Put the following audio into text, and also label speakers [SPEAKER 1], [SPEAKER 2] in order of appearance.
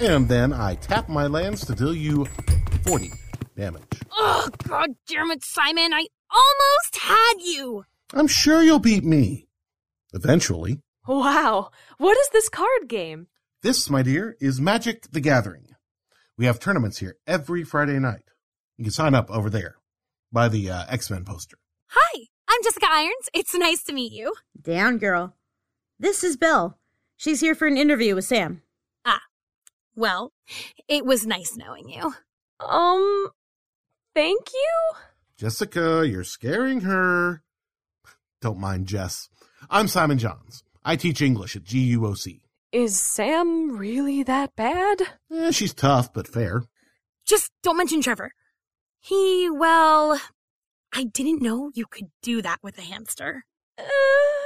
[SPEAKER 1] And then I tap my lands to deal you 40 damage.
[SPEAKER 2] Oh, God damn it, Simon. I almost had you.
[SPEAKER 1] I'm sure you'll beat me. Eventually.
[SPEAKER 3] Wow. What is this card game?
[SPEAKER 1] This, my dear, is Magic the Gathering. We have tournaments here every Friday night. You can sign up over there by the uh, X Men poster.
[SPEAKER 2] Hi, I'm Jessica Irons. It's nice to meet you.
[SPEAKER 4] Down, girl. This is Belle. She's here for an interview with Sam.
[SPEAKER 2] Well, it was nice knowing you.
[SPEAKER 3] Um, thank you?
[SPEAKER 1] Jessica, you're scaring her. Don't mind Jess. I'm Simon Johns. I teach English at GUOC.
[SPEAKER 3] Is Sam really that bad?
[SPEAKER 1] Eh, she's tough, but fair.
[SPEAKER 2] Just don't mention Trevor. He, well, I didn't know you could do that with a hamster.
[SPEAKER 3] Uh,